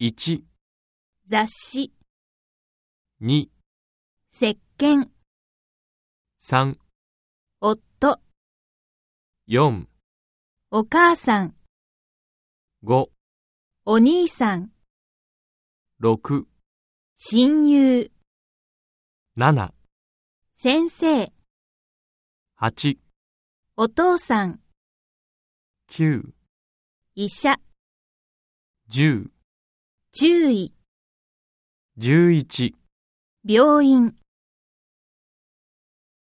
1、雑誌、 2、石鹸、 3、夫、 4、お母さん、 5、お兄さん、 6、親友、 7、先生、 8、お父さん、 9、医者、 10、注意、 11病院。